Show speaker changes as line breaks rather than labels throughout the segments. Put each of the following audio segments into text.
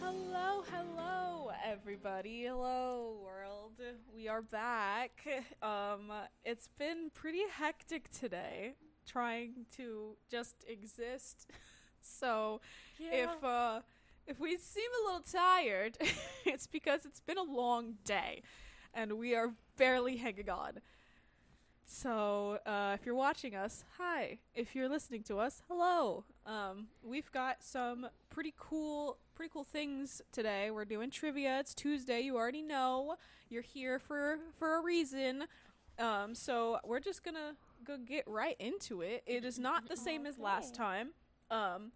Hello, hello, everybody. Hello, world. We are back. Um, it's been pretty hectic today trying to just exist. So,
Yeah.
if uh, if we seem a little tired, it's because it's been a long day, and we are barely hanging on. So, uh, if you're watching us, hi. If you're listening to us, hello. Um, we've got some pretty cool, pretty cool things today. We're doing trivia. It's Tuesday. You already know you're here for for a reason. Um, so we're just gonna go get right into it. It is not the same as last time. Um,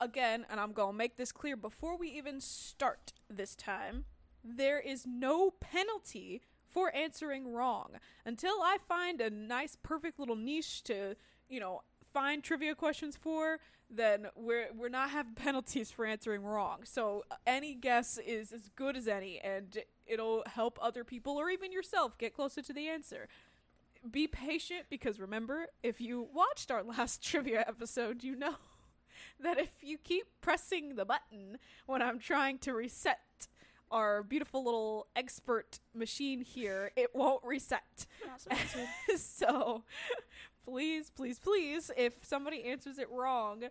again, and I'm gonna make this clear before we even start this time, there is no penalty for answering wrong. Until I find a nice, perfect little niche to, you know, find trivia questions for, then we're we're not having penalties for answering wrong. So uh, any guess is as good as any, and it'll help other people or even yourself get closer to the answer be patient because remember, if you watched our last trivia episode, you know that if you keep pressing the button when I'm trying to reset our beautiful little expert machine here, it won't reset. so please, please, please, if somebody answers it wrong,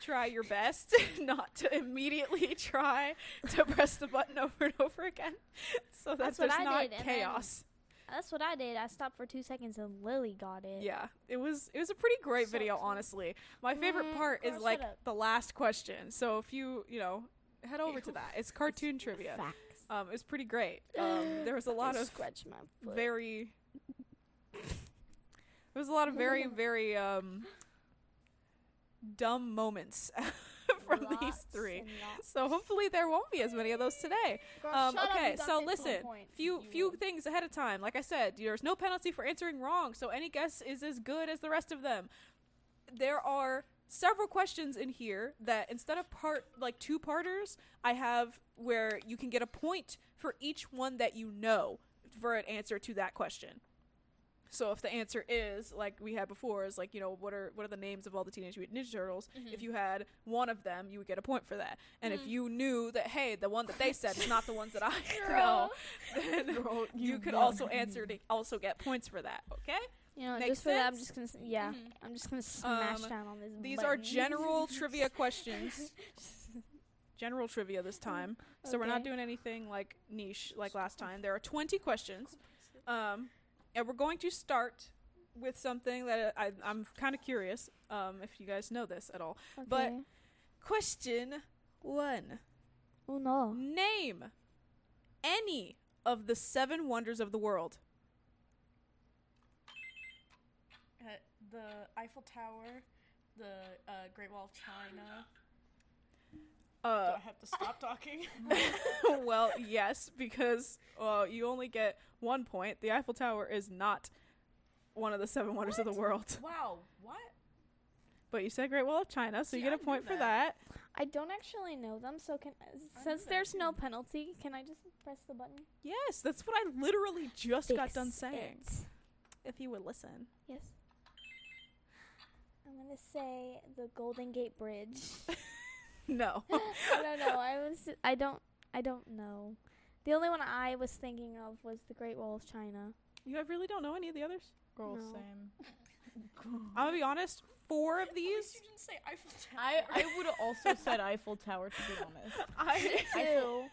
try your best not to immediately try to press the button over and over again so that
That's what
there's
I
not
did, and then-
chaos.
That's what I did. I stopped for two seconds and Lily got it.
Yeah, it was it was a pretty great
So
video,
cute.
honestly. My favorite
Mm,
part
girl,
is
shut
like
up.
the last question. So if you you know head over to that, it's cartoon trivia.
Facts.
Um, it's pretty great. Um, there was a lot of
scratch my foot.
very. There was a lot of very very um, dumb moments from these
Lots
three.
and lots.
So hopefully there won't be as many of those today.
Girl,
um,
shut up
okay,
and duck
so
it to a
listen,
point,
few
you
few
will.
things ahead of time. Like I said, there's no penalty for answering wrong, so any guess is as good as the rest of them. There are several questions in here that instead of part like two parters, I have where you can get a point for each one that you know for an answer to that question. So if the answer is like we had before is like you know what are what are the names of all the Teenage Mutant Ninja Turtles? If
Mm-hmm.
you had one of them, you would get a point for that. And if you knew that hey, the one that they said is not the ones that I know, then you, could also answer to also get points for that. Okay.
You know,
Makes
just for that, I'm
sense?
just gonna. s- Yeah, I'm just gonna smash
Um,
down on this.
These
button.
are general trivia questions. General trivia this time. So we're not
Okay.
doing anything like niche like last time. There are 20 questions. Um, and we're going to start with something that uh, I, I'm kind of curious um, if you guys know this at all. But
Okay.
question one
oh no,
Name any of the seven wonders of the world.
Uh, the Eiffel Tower, the uh, Great Wall of China. Do I
Uh,
have to stop talking?
well, yes, because uh, you only get one point. The Eiffel Tower is not one of the seven wonders of the world.
wow, what?
But you said Great Wall of China, so
See,
you get
I
a point
knew
for that.
that.
I don't actually know them. So can uh, since
that
there's no
too.
penalty, can I just press the button?
Yes, that's what I literally just got
Fix
done saying.
it.
If you would listen.
Yes. I'm gonna say the Golden Gate Bridge.
No.
I don't know. I was. I don't. I don't know. The only one I was thinking of was the Great Wall of China.
you really don't know any of the others?
Girl, No.
same.
I'm going to be honest, four of these.
You didn't say Eiffel Tower.
I, I would have also said Eiffel Tower to be honest.
I,
Two.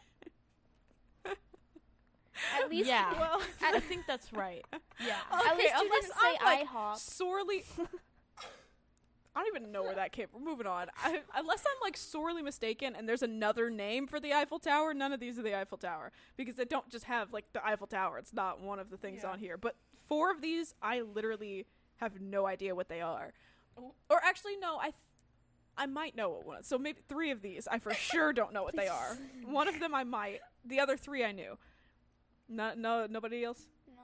At least
yeah,
well,
I think that's right. Yeah,
Oh.
At least you
unless
didn't say
I'm, like,
IHOP.
sorely. I don't even know where that came from. Moving on. I, unless I'm like sorely mistaken and there's another name for the Eiffel Tower, none of these are the Eiffel Tower because they don't just have like the Eiffel Tower. It's not one of the things
Yeah.
on here. But four of these, I literally have no idea what they are.
Oh.
Or actually, no, I. Th- I might know what one. So maybe three of these I for sure don't know what they are. One of them I might. The other three I knew. No, no, nobody else.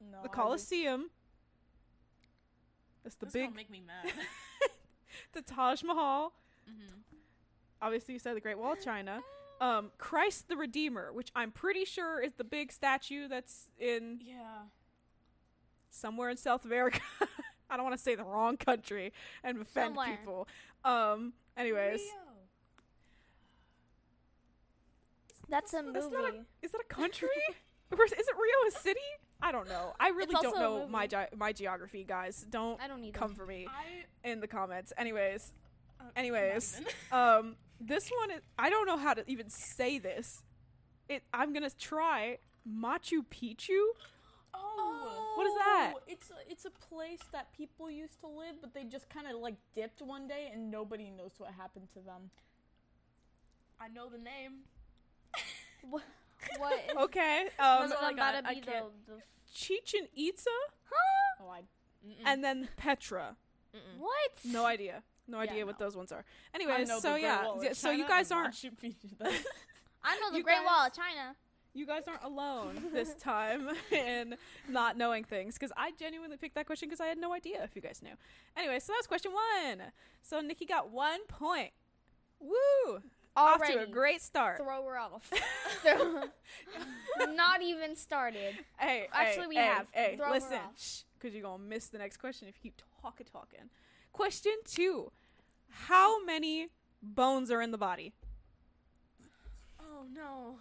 No.
no,
The Colosseum. That's the
This
big
gonna make me mad. Mm-hmm.
the Taj Mahal. Obviously, you said the Great Wall of China. Um, Christ the Redeemer, which I'm pretty sure is the big statue that's in
yeah.
somewhere in South America. I don't want to say the wrong country and offend
Somewhere.
people. Um, anyways,
Leo.
That's a
That's
movie.
not a- Is that a country? or is, is it Rio a city? I don't know. I really
also
don't
a
know my
movie.
ge- my geography, guys. Don't
I don't need
come
it.
for me
I.
in the comments. Anyways,
uh, not
Anyways.
even.
um, this one is, I don't know how to even say this. It. I'm gonna try Machu Picchu.
oh.
What is that?
Oh, It's a, it's a place that people used to live, but they just kind of like dipped one day, and nobody knows what happened to them.
I know the name.
What? what is-
Okay. Um,
was
all I
about
got.
to
I
be the,
can't-
the f-
Chichen Itza
Oh, I
and then Petra.
what?
Mm. No idea. No
Yeah,
idea what
no.
those ones are.
I
Anyways,
know the
so
Great
yeah,
Wall of
yeah, so you
China
guys
and
aren't
Machu Picchu. That's-
I know the
You
Great
guys-
Wall of China.
you guys aren't alone this time in not knowing things because I genuinely picked that question because I had no idea if you guys knew. Anyway, so that was question one. So Nikki got one point. Woo! Off to a
Alrighty.
great start.
Throw her off. Throw- Not even started.
Hey,
Actually,
hey,
we
hey,
have.
Hey,
Throw her
listen,
off.
because you're gonna miss the next question if you keep talking, talking. Question two: How many bones are in the body?
Oh no.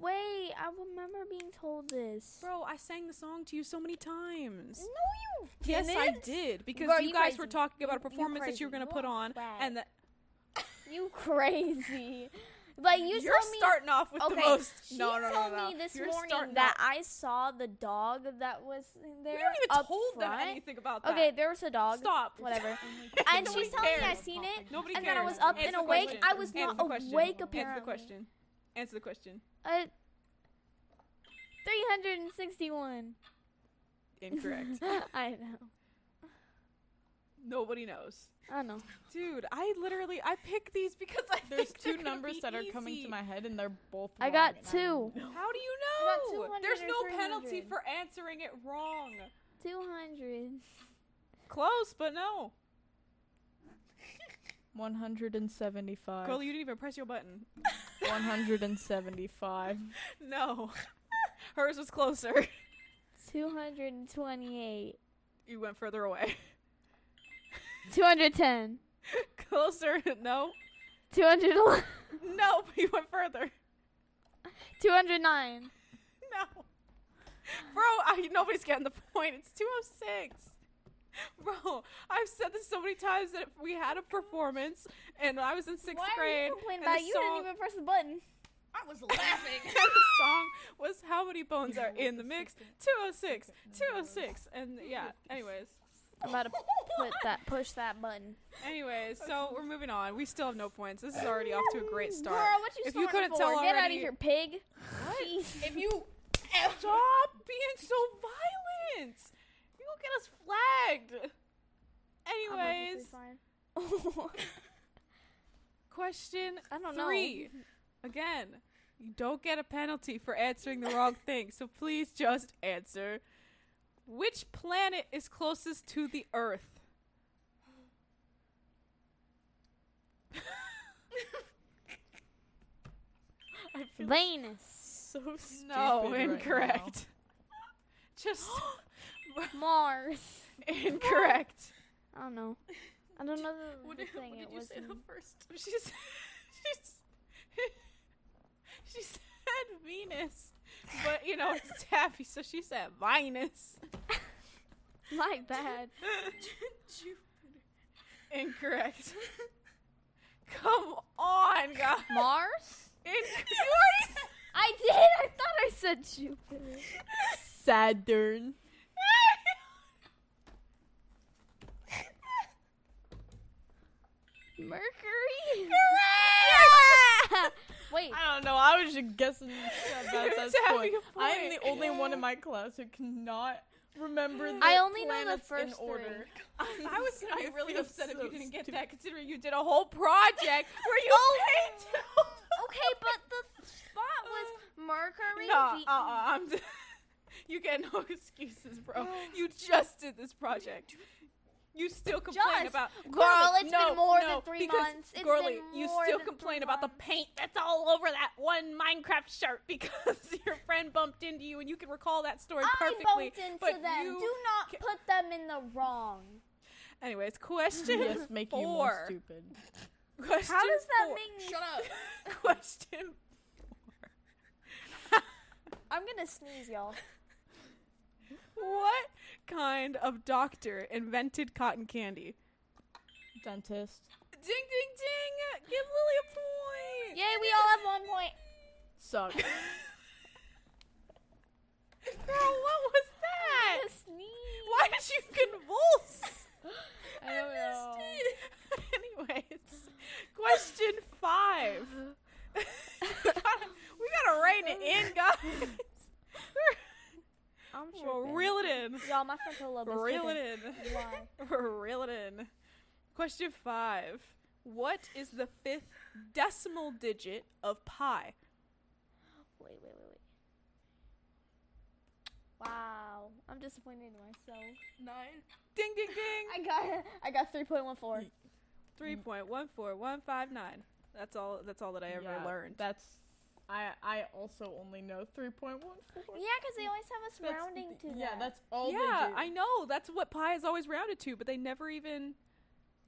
Wait, I remember being told this.
Bro, I sang the song to you so many times.
no, you
Yes, I
didn't.
did because
Bro,
you,
you
guys were
crazy.
talking about a
You- you
performance that you were
crazy.
gonna put
You are
on,
whack.
and that
You crazy. Like you
you're
told me.
starting off with the
okay,
most.
She
no, no, no,
told
no.
me this
You're
morning
starting
that
off-
I saw the dog that was in there.
we haven't even
up
told
front.
them anything about that.
Okay, there was a dog.
stop.
Whatever.
Oh
And
and
Nobody
she's telling me I
cares.
seen it.
Nobody
and
cares.
then I was up
Answer
and
the
awake.
question.
I was
Answer
not
the question.
awake
Answer
apparently.
the question. Answer the question.
Uh, 361.
Incorrect.
I know.
Nobody knows.
I know.
Dude, I literally I pick these because I
There's
think they're
two
gonna
numbers
be
that are coming
easy.
to my head, and they're both.
I
wrong,
got
and
two.
don't know.
How do you
I got
know?
200
There's
or
no penalty
300.
for answering it wrong.
200.
Close, but no.
175.
Girl, you didn't even press your button.
175.
No. Hers was closer.
228.
You went further away.
210.
Closer. No.
211.
No, but you went further.
209.
No. Bro, I, nobody's getting the point. It's 206. Bro, I've said this so many times that we had a performance and I was in sixth
Why are
grade.
you
and
complaining
the
about it? You
song-
didn't even press the button.
I was laughing.
and the song was How Many Bones Are
know what
in the
the
Mix? 206,
secret secret number is.
206. And yeah, anyways.
I'm about to put that, push that button.
Anyways, so we're moving on. We still have no points. This is already off to a great start.
Girl, what you
If you
snorting
couldn't
for?
tell
Get out of
already-
here, pig. Jeez.
if you.
Stop being so violent! You will get us flagged!
I'm perfectly
Anyways,
fine.
question
I don't know.
three. Again, you don't get a penalty for answering the wrong thing, so please just answer. Which planet is closest to the Earth?
I feel
Venus.
so stupid.
No,
right now.
incorrect. Just
Mars.
incorrect.
I don't know. I don't know the,
What
the
did,
thing.
what
it
did you
was
say the
in-
first?
She's she's she said Venus, but you know it's taffy, so she said Venus.
My bad.
Jupiter.
Incorrect. Come on, guys.
Mars?
Inc-
I did. I thought I said Jupiter.
Saturn.
Mercury. Yeah! Wait.
I don't know. I was just guessing about
You're
that
tapping
point.
a
I am the
point.
only one in my class who cannot remember. The
I only know the
planets in
first
order.
I was gonna be
I
really
feel
upset if
so
you didn't get
stupid.
that, considering you did a whole project where you paid to-
Okay, but the spot was Mercury. E.
No,
Ve-
uh, uh, I'm. d- you get no excuses, bro. You just did this project. You still complain
Just?
about
Girl,
it's
it's been more than three
because,
months. It's
Girly,
been
you
more
still
than
complain
three
about the
months.
paint that's all over that one Minecraft shirt because your friend bumped into you, and you can recall that story
I
perfectly.
bumped into
but
them.
you-
Do not
ca-
put them in the wrong.
Anyways, question
Yes, make
four.
you more stupid.
Question
How does that
four.
make me?
Shut up.
Question
I'm gonna sneeze, y'all.
What kind of doctor invented cotton candy?
Dentist.
Ding ding ding! Give Lily a point.
Yay, we all have one point.
Suck.
Girl, what was
I'm
that?
gonna sneeze.
Why did you convulse?
I don't know.
Anyways, question five. we, gotta, we gotta rein it in, guys.
I'm
we'll
tripping.
reel it in.
Y'all, my frontal lobe is
Reel
tripping.
it in.
Why?
Reel it in. Question five. What is the fifth decimal digit of pi?
Wait, wait, wait, wait. Wow, I'm disappointed in myself.
Nine.
Ding, ding, ding.
I got, I got three point one four.
Three point one four one five nine. That's all. That's all that I ever
Yeah,
learned.
That's. I I also only know three point one four.
Yeah, because they always have us
That's
rounding to
the-
that.
Yeah, that's all
yeah,
they do.
I know. That's what pi is always rounded to, but they never even.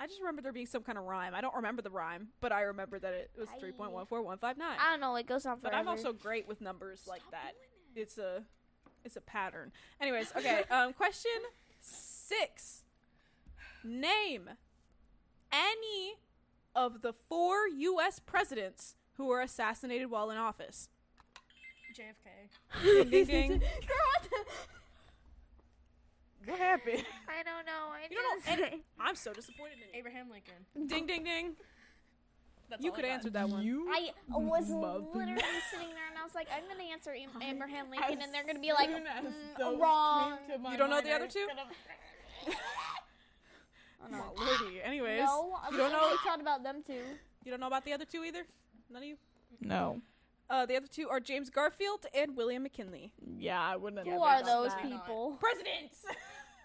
I just remember there being some kind of rhyme. I don't remember the rhyme, but I remember that it was
Pi.
three point one four one five nine.
I don't know. It goes on
But I'm
forever.
also great with numbers like
Stop
that.
doing it.
It's a, it's a pattern. Anyways, okay. Um, question six. Name any of the four U.S. presidents who were assassinated while in office.
JFK.
Ding ding ding.
Girl, what the-
what happened?
I don't know. I
You don't know
just-
I'm so disappointed in
Abraham Lincoln.
you. Ding ding ding.
That's
You
all I
could
got.
answer that one.
You
I was
muffin.
literally sitting there and I was like, I'm gonna answer Ab- Abraham Lincoln,
As
and they're gonna be like,
soon as
mm,
those
wrong.
came to my
You don't know
mind,
the
I
other
was
two?
gonna-
Oh,
My
no.
lordy. Anyways,
No, I
you don't know.
thought about them too.
You don't know about the other two either. None of you.
No.
Uh, the other two are James Garfield and William McKinley.
Yeah, I wouldn't.
Who
ever
are
got
those
that.
not?
people?
Presidents.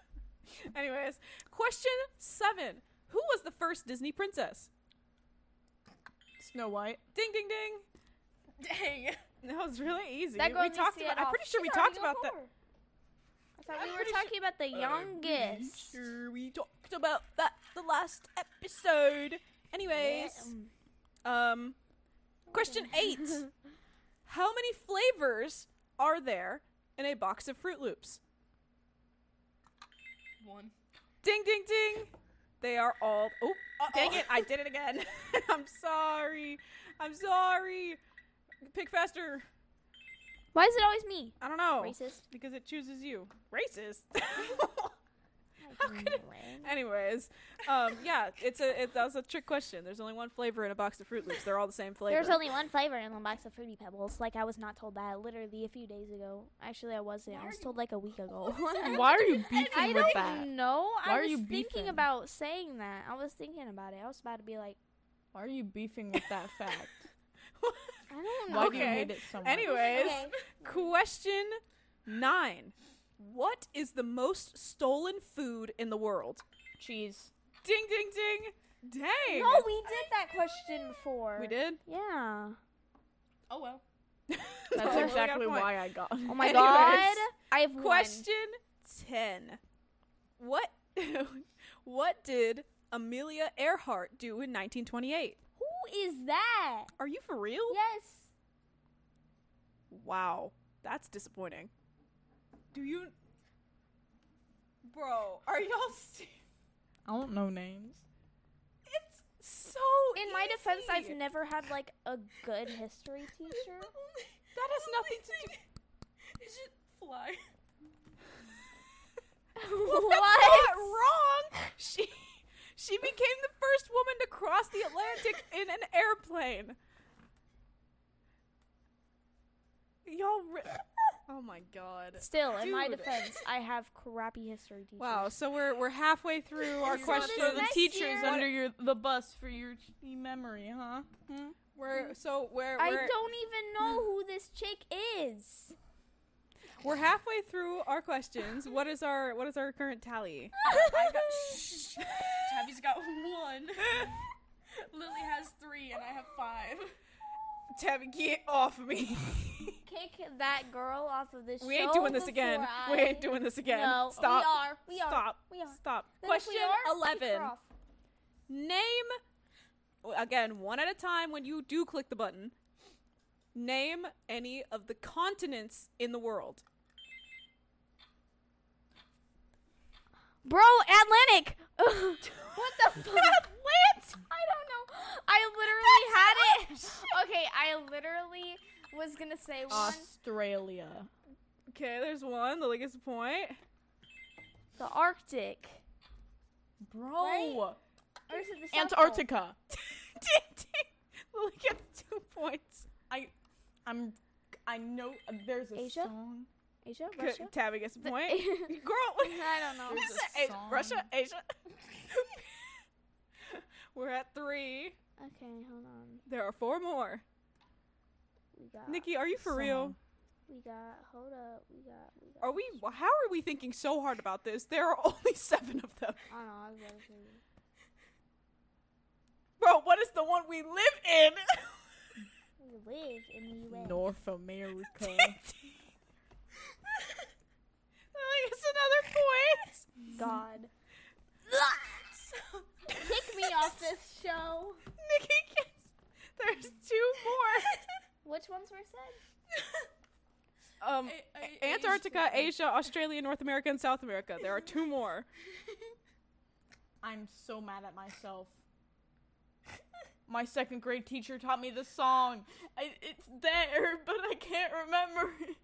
Anyways, question seven: Who was the first Disney princess?
Snow White.
Ding ding ding.
Dang.
That was really easy.
That girl
we
needs
talked
to get
about. I'm
off.
pretty sure
She's
we talked
already
about
on
that.
board. I thought
I'm
we were
pretty sure-
talking about the youngest.
Sure, we talked about that the last episode. Anyways, um, question eight: How many flavors are there in a box of Fruit Loops?
One.
Ding ding ding. They are all Oh, dang it. I did it again. I'm sorry. I'm sorry. Pick faster.
Why is it always me?
I don't know.
Racist.
Because it chooses you. Racist.
I didn't win.
Anyways, um, yeah, it's a it, that was a trick question. There's only one flavor in a box of Fruit Loops. They're all the same flavor.
There's only one flavor in the box of Fruity Pebbles. Like I was not told that literally a few days ago. Actually, I wasn't. I was told like a week ago.
Why are you beefing
I
with
don't
that?
know.
Why
I
are
was
you
thinking
beefing?
about saying that. I was thinking about it. I was about to be like,
Why are you beefing with that fact?
I don't know.
Why do you
Okay.
hate it so much?
Anyways,
Okay.
question 9. What is the most stolen food in the world?
cheese.
Ding ding ding. Dang.
No, we did that question before.
we did.
Yeah.
Oh well.
all
That's
we got
exactly
a point.
why I got.
Oh my
Anyways,
god. I have one.
Question ten. What what did Amelia Earhart do in 1928?
Who is that?
Are you for real?
Yes.
Wow, that's disappointing. Do you, bro? Are y'all? se-
I don't know names.
It's so.
In my defense, I've
easy.
never had like a good history teacher.
That has nothing to do.
Is it fly?
Well, that's not wrong. She she became the first woman to cross the Atlantic in an airplane. Y'all, re- oh my god!
Still, in my
Dude.
defense, I have crappy history teachers.
Wow, so we're we're halfway through our
So this
questions.
is next year-
your the bus for your cheesy memory, huh? Hmm?
We're so we're
I
we're, Hmm.
don't even know who this chick is.
we're halfway through our questions. What is our what is our current tally?
I got. Shh. Tabby's got one. Lily has three, and I have five.
Tabby, get off me!
Kick that girl off of this
we ain't doing this again. We ain't doing this again.
No,
Stop.
we are. We are.
Stop.
We are.
Stop.
Then if
Question
we are, kick her
eleven.
off.
Name again one at a time when you do click the button. Name any of the continents in the world.
Bro, Atlantic. what the fuck? Atlantic? I don't know. I literally had it. Okay, I literally was gonna say one.
Australia.
Okay, there's one. Lily gets a point.
The Arctic.
Bro.
Right? Or is it the South Pole?
Antarctica.
Ding, ding. Lily gets two points.
I I'm I know uh, there's a
Asia?
song.
Asia,
Good.
Russia.
Tabby gets a
The-
point. Girl,
I don't know.
you
There's a
said A-
song.
Russia, Asia. We're at three.
Okay, hold on.
There are four more.
We got.
Nikki, are you for
Song.
real?
We got. Hold up. We got. We got.
Are we? How are we thinking so hard about this? There are only seven of them.
I don't know. I was about to say-
Bro, what is the one we live in?
We live in the U.S.
North America.
Ding, ding. Lily gets another point.
God.
Kick
Kick me off this show.
Nikki gets. There's two more.
Which ones were said?
um,
A-
A-
A-
Antarctica, Asia, Australia, North America, and South America. There are two more.
I'm so mad at myself. My second grade teacher taught me the song. I, it's there, but I can't remember. it.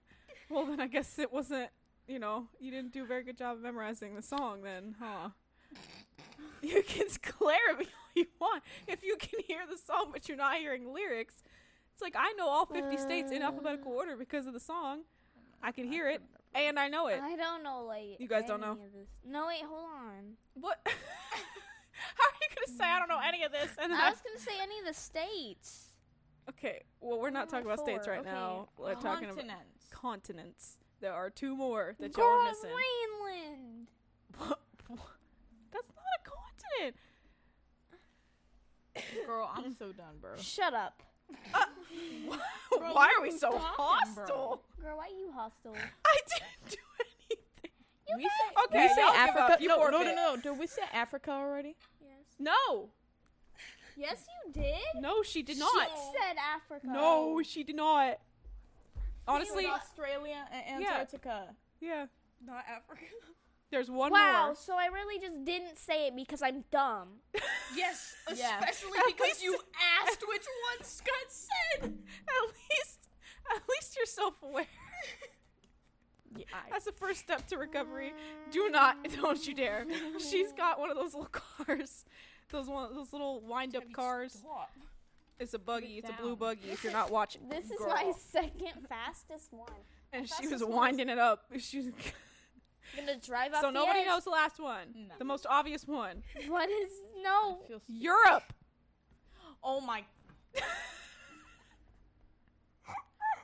Well, then I guess it wasn't. You know, you didn't do a very good job of memorizing the song, then, huh? You can glare at me all you want if you can hear the song, but you're not hearing lyrics. It's like I know all 50 states in alphabetical order because of the song. I can hear it and I know it.
I don't know. Like
You guys don't know?
any of this. No, wait. Hold on.
What? How are you gonna say I don't know any of this? And then
I
I
was gonna say any of the states.
okay, well we're not
Only
talking about states
four,
right
okay.
now. We're talking about
Continents.
continents. There are two more that y'all
Girl,
are missing.
Greenland.
That's not a continent.
Girl, I'm so done, bro.
Shut up.
Bro,
Why
what
are we
you
so
talking,
hostile?
bro?
Girl, why you hostile?
I didn't do anything.
We say,
Okay,
we say
y'all give
Africa.
up. You
No, no, no,
forfeit.
no. Did we say Africa already?
Yes.
No,
Yes, you did.
no, she did
She
not.
said Africa.
No, she did not. Honestly,
Australia and
Yeah.
Antarctica.
yeah.
Not Africa.
There's one
wow.
more.
So I really just didn't say it because I'm dumb.
Yes,
Yeah.
especially
At
because
least-
you asked which one Scott said.
At least, at least you're self-aware.
Yeah, I,
That's the first step to recovery. Do not, don't you dare. She's got one of those little cars, those one, those little wind-up cars.
Stop.
It's a buggy. It's a blue
down.
buggy. If you're not watching,
This is
Girl.
my second fastest one.
And she
fastest
was
one is-
winding it up. She was-
I'm gonna drive up.
so
the
nobody
edge.
knows the last one,
No.
the most obvious one.
what is no.
feel stu-
Europe.
oh my.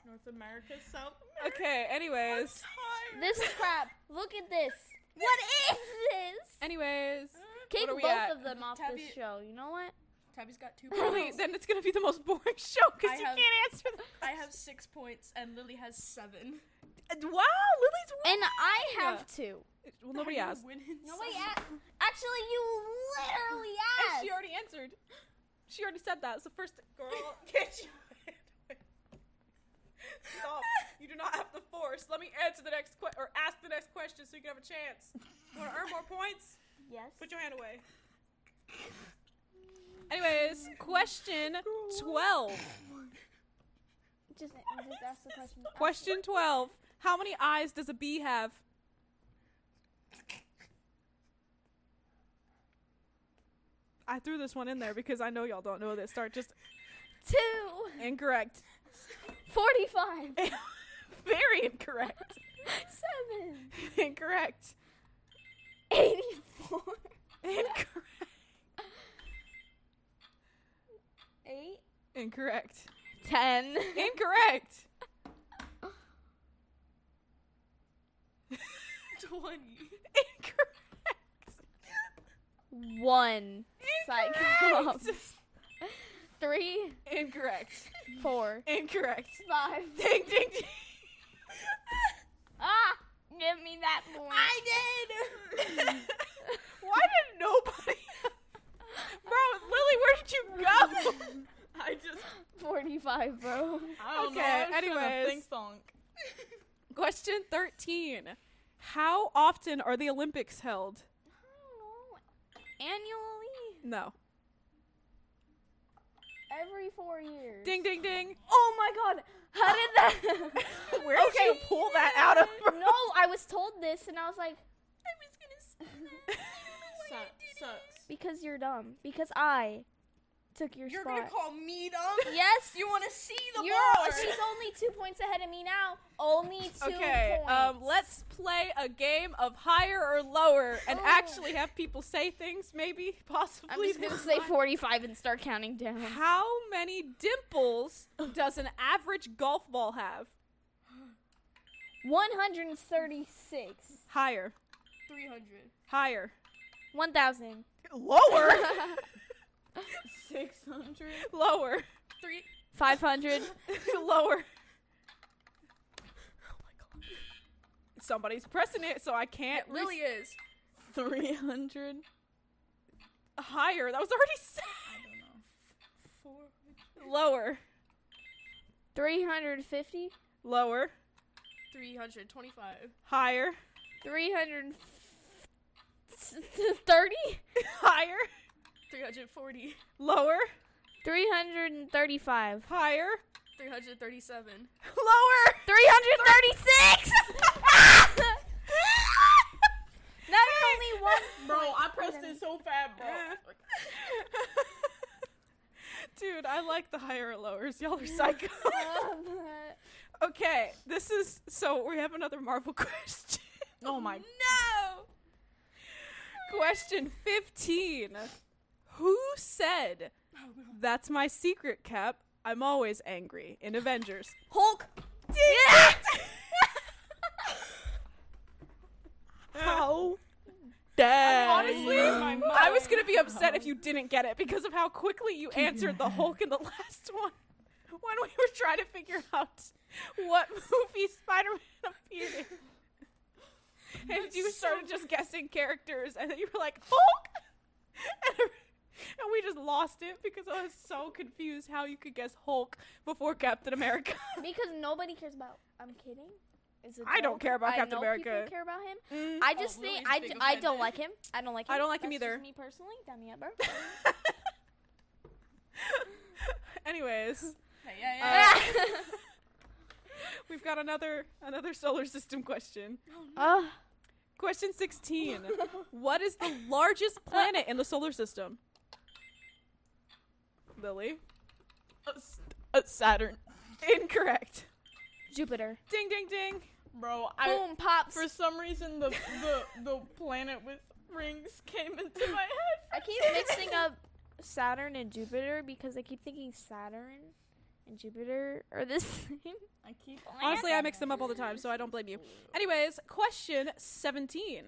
North America, South
Okay. Anyways,
America.
This is crap. Look at this. What is this?
anyways.
Kick
what are we
both
at?
of them off
Tabby-
this show. You know what?
Tabby's got two
Really,
points.
then it's gonna be the most boring show
I
because you
have-
can't answer them.
I have six points and Lily has seven.
Wow, Lily's
And I have two.
winning. Well, nobody
I'm
asked.
winning
Nobody
seven.
asked. Actually, you literally
And
asked.
she already answered. She already said that. So first, girl,
Get you.
stop. You do not have the force. Let me answer the next que- or ask the next question so you can have a chance. You want to earn more points?
yes.
Put your hand away. Anyways, question twelve.
Just, just ask the question.
Question twelve. How many eyes does a bee have? I threw this one in there because I know y'all don't know this. Start just
Two
incorrect.
forty-five.
Very incorrect.
Seven.
incorrect.
Eighty-four.
Incorrect.
Eight.
Incorrect.
Ten.
Incorrect.
20.
Incorrect.
One. Cyclops. Three.
Incorrect.
Four.
Incorrect.
Five.
Ding ding ding.
Ah! Give me that point.
I did. Why did nobody? Bro, Lily, where did you go?
I just.
45. alive, bro.
I don't
Okay,
know.
anyways.
Think song.
Question 13. How often are the Olympics held?
Annually,
No.
every four years.
Ding, ding, ding.
Oh my god, how did that?
Where did you pull that out of?
no, I was told this, and I was like,
I was gonna
So, so,
because you're dumb. Because I took your
You're
spot.
gonna call me dumb?
yes,
You wanna see the
you're.
bar?
She's only two points ahead of me now. Only two
Okay,
points.
um, let's play a game of higher or lower and
Oh.
actually have people say things, maybe, possibly.
I'm just gonna
this
say
time.
45 and start counting down.
Uh-huh.
How many dimples does an average golf ball have?
136.
Higher,
300.
higher,
1,000.
lower,
600.
lower,
3.
500.
lower. Oh Somebody's pressing it, so I can't
It really
res-
is.
300.
higher. That was already said.
I don't know. Four.
Lower,
350.
lower,
325.
higher,
330.
higher,
340.
lower,
335.
higher,
337.
lower.
336! Not only one.
Bro, I pressed it so fast, bro.
Dude, I like the higher or lowers. Y'all are psycho. okay, this is so we have another Marvel question.
Oh my.
No! Question 15. Who said,
Oh,
That's my secret cap. I'm always angry in Avengers?
Hulk!
How dare
Honestly,
you.
my
I was
mind.
gonna be upset if you didn't get it because of how quickly you answered the Hulk in the last one when we were trying to figure out what movie Spider-Man appeared in. And you started just guessing characters, and then you were like Hulk, and, and we just lost it because I was so confused how you could guess Hulk before Captain America.
Because nobody cares about. I'm kidding. It's a
I don't
joke.
care about
I
Captain
know
America.
People care about him.
Mm.
I just
Oh,
think
Lily's
I,
big
d- I don't
offended.
like him. I don't like him.
I don't like him
That's just
either.
me personally, Demi Eber.
Anyways,
Hey, yeah, yeah.
uh, we've got another another solar system question.
Oh,
Question 16. what is the largest planet in the solar system? Lily.
Uh, s- uh, Saturn.
Incorrect.
Jupiter.
Ding ding ding.
Bro, I.
Oh.
Boom pops.
For some reason, the, the, the planet with rings came into my head.
I keep mixing up Saturn and Jupiter because I keep thinking Saturn and Jupiter are the same.
I keep.
Oh
Honestly, I mix them up all the time, so I don't blame you. Anyways, question 17.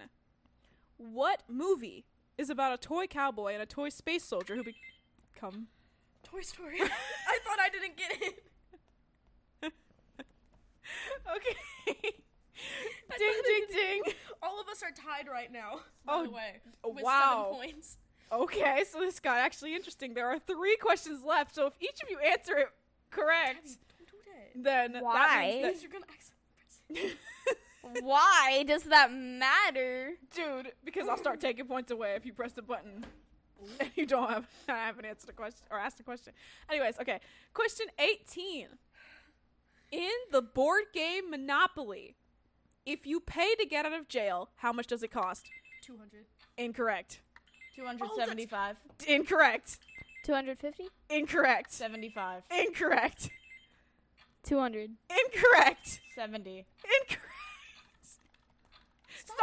What movie is about a toy cowboy and a toy space soldier who become
Toy Story. I thought I didn't get it.
Okay. ding ding ding.
All of us are tied right now.
Oh,
by the way,
oh,
with
wow.
seven points.
Okay, so this got actually interesting. There are 3 questions left, so if each of you answer it correct,
Don't do that.
then that means
Why?
that
Because you're gonna accidentally
Why does that matter?
Dude, because I'll start taking points away if you press the button and you don't have I haven't answered a question or asked a question. Anyways, okay. Question 18. In the board game Monopoly, if you pay to get out of jail, how much does it cost?
Two hundred.
Incorrect.
275.
Incorrect.
250?
Incorrect.
75.
Incorrect.
200.
Incorrect.
70.
Incorrect.
Stop,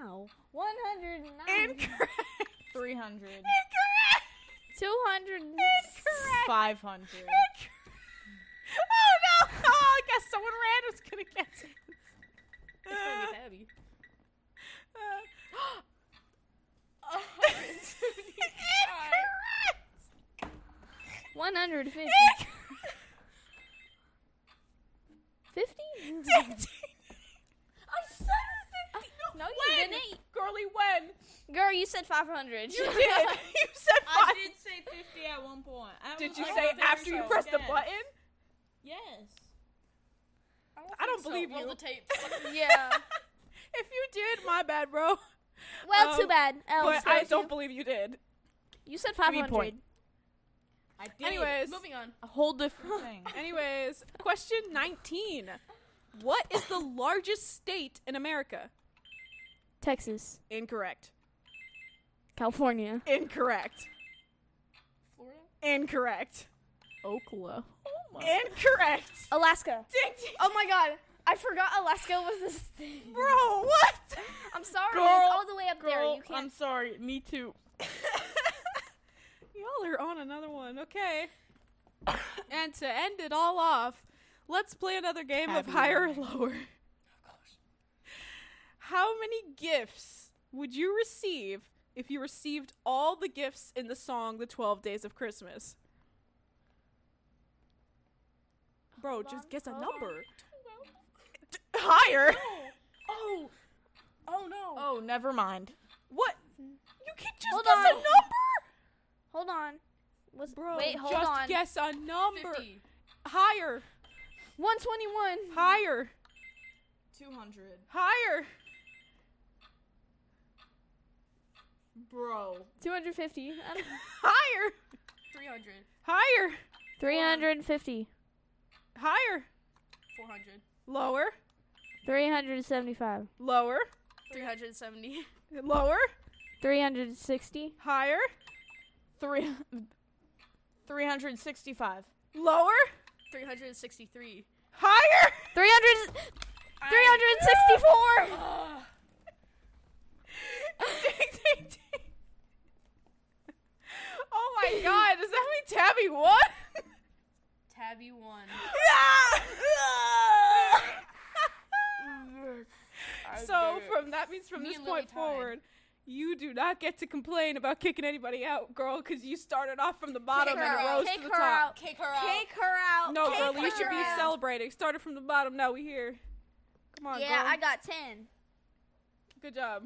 Wow. 109.
Incorrect.
300.
200.
500.
Oh no! I guess someone random is gonna guess it.
It's gonna be Abby.
Uh, Oh,
A hundred and seventy-five.
150. 50?
Incorrect.
I said fifty.
Uh, No, you
When?
didn't.
Girly, when?
Girl, you said 500.
You did. you said
I
five.
did say 50 at one point.
Did you say
I don't think
after you
so.
pressed the
Yes.
button?
Yes.
I don't believe
Roll
you.
the tapes.
yeah.
If you did, my bad, bro.
Well, too
Um,
bad. Elle,
but
sorry
I
to
don't
you.
believe you did.
You said
give me
500.
a point.
I did.
Anyways,
Moving on.
a whole different thing.
anyways, question 19. What is the largest state in America?
Texas.
Incorrect.
California.
Incorrect.
Florida?
Incorrect.
Oklahoma.
Incorrect.
Alaska.
Ding, ding,
Oh my god. I forgot Alaska was this thing.
Bro, what?
I'm sorry.
Girl,
it's all the way up there. You
I'm
can't.
sorry. Me too.
Y'all are on another one. Okay. and to end it all off, let's play another game
Happy
of higher or lower.
Oh,
How many gifts would you receive if you received all the gifts in the song The 12 Days of Christmas? Bro,
Hold
just
on,
guess a
hold on.
number. Higher.
Oh. Oh no.
Oh, never mind.
What? You can just
Hold
guess a
on.
number?
Hold on. Was,
Bro,
wait, hold
just
on.
guess a number.
50.
Higher.
121.
Higher.
Two hundred,
Higher.
bro.
250. I don't-
Higher.
300.
Higher.
350.
Higher.
400.
Lower.
375.
Lower.
370.
Lower.
360.
Higher.
Three. Three hundred sixty-five.
Lower.
363.
Higher.
300.
I-
364.
Ugh.
ding, ding, ding. Oh my god, does that mean Tabby won?
Tabby won.
so from that means from
Me
this
and Lily
point
tied.
forward, you do not get to complain about kicking anybody out, girl, because you started off from the bottom
her
and it
out.
rose
Kick
to the
her
top.
out.
Kick her out.
Kick her out.
No,
Kick
girl, you
her
should be
out.
celebrating. Started from the bottom. Now we here. Come on,
Yeah,
girl.
I got 10.
Good job.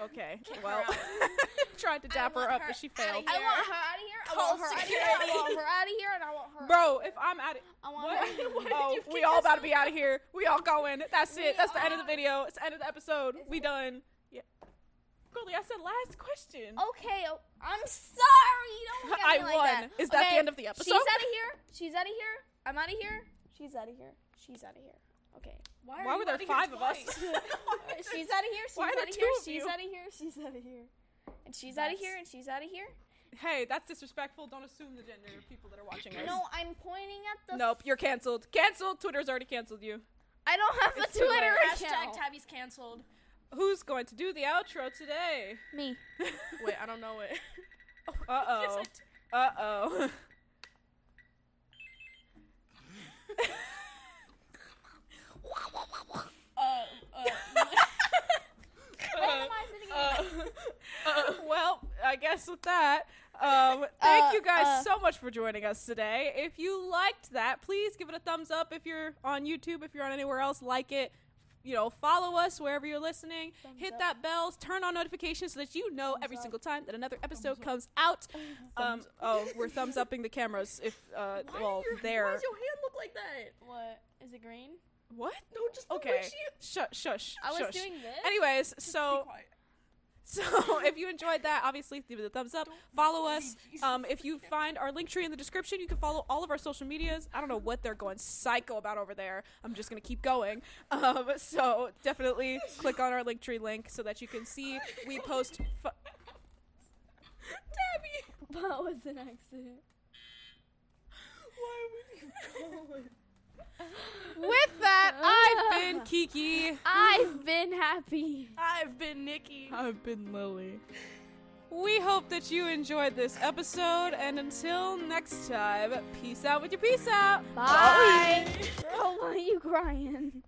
Okay.
her
well,
out.
tried to dap her
want
up,
her
but she
outta
failed.
here.
I want her out of here. I
Call
want her out of here. I
security.
want her out of here, and I want her.
Bro, if I'm out of
I want
what?
her.
oh, we all about to be out of here. We all going. That's it. That's the end of the video. It's the end of the episode. We done. Yeah. Goldie, I said last question.
Okay, oh, I'm sorry. You don't look
I
at me like
won.
That.
Is that the
Okay,
end of the
She's
episode?
out of here. She's out of here. I'm out of here. She's out of here. She's out of here. Okay.
are
Why
you
were there
outta here
five of us?
twice?
She's out of here. She's
Why are
out
there
of
two
here.
of
She's
you?
out of here. She's out of here. And she's out of here. And she's out of here.
hey, that's disrespectful. Don't assume the gender of people that are watching us.
No, I'm pointing at the.
Nope, you're canceled. Canceled. Twitter's already canceled you.
I don't have
It's
a
too late.
Twitter
Hashtag
account.
Tabby's canceled.
Who's going to do the outro today?
Me.
Wait, I don't know it.
Uh oh. Uh oh.
Uh, uh,
Randomize it
Uh,
again.
well, I guess with that, um, thank
Uh,
you guys
uh.
so much for joining us today. If you liked that, please give it a thumbs up. If you're on YouTube, if you're on anywhere else, like it. You know, follow us wherever you're listening. Hit
up.
that bell. Turn on notifications so that you know every single time that another episode comes out. Um, oh, we're thumbs upping the cameras. If uh,
why
well,
your,
there.
Why does your hand look like that?
What is it green?
What?
No, just the way
Okay.
she.
Shush, shush.
I was
shush.
doing this.
Anyways,
Just
so
be quiet.
so if you enjoyed that, obviously give it a thumbs up. Follow us. Um, if you find our link tree in the description, you can follow all of our social medias. I don't know what they're going psycho about over there. I'm just gonna keep going. Um, so definitely click on our link tree link so that you can see we post. Fu-
That was an accident.
Why would you call it?
With that, I've been Kiki.
I've been happy.
I've been Nikki.
I've been Lily.
We hope that you enjoyed this episode, and until next time, peace out with your peace out.
Bye. Bro, why are you crying?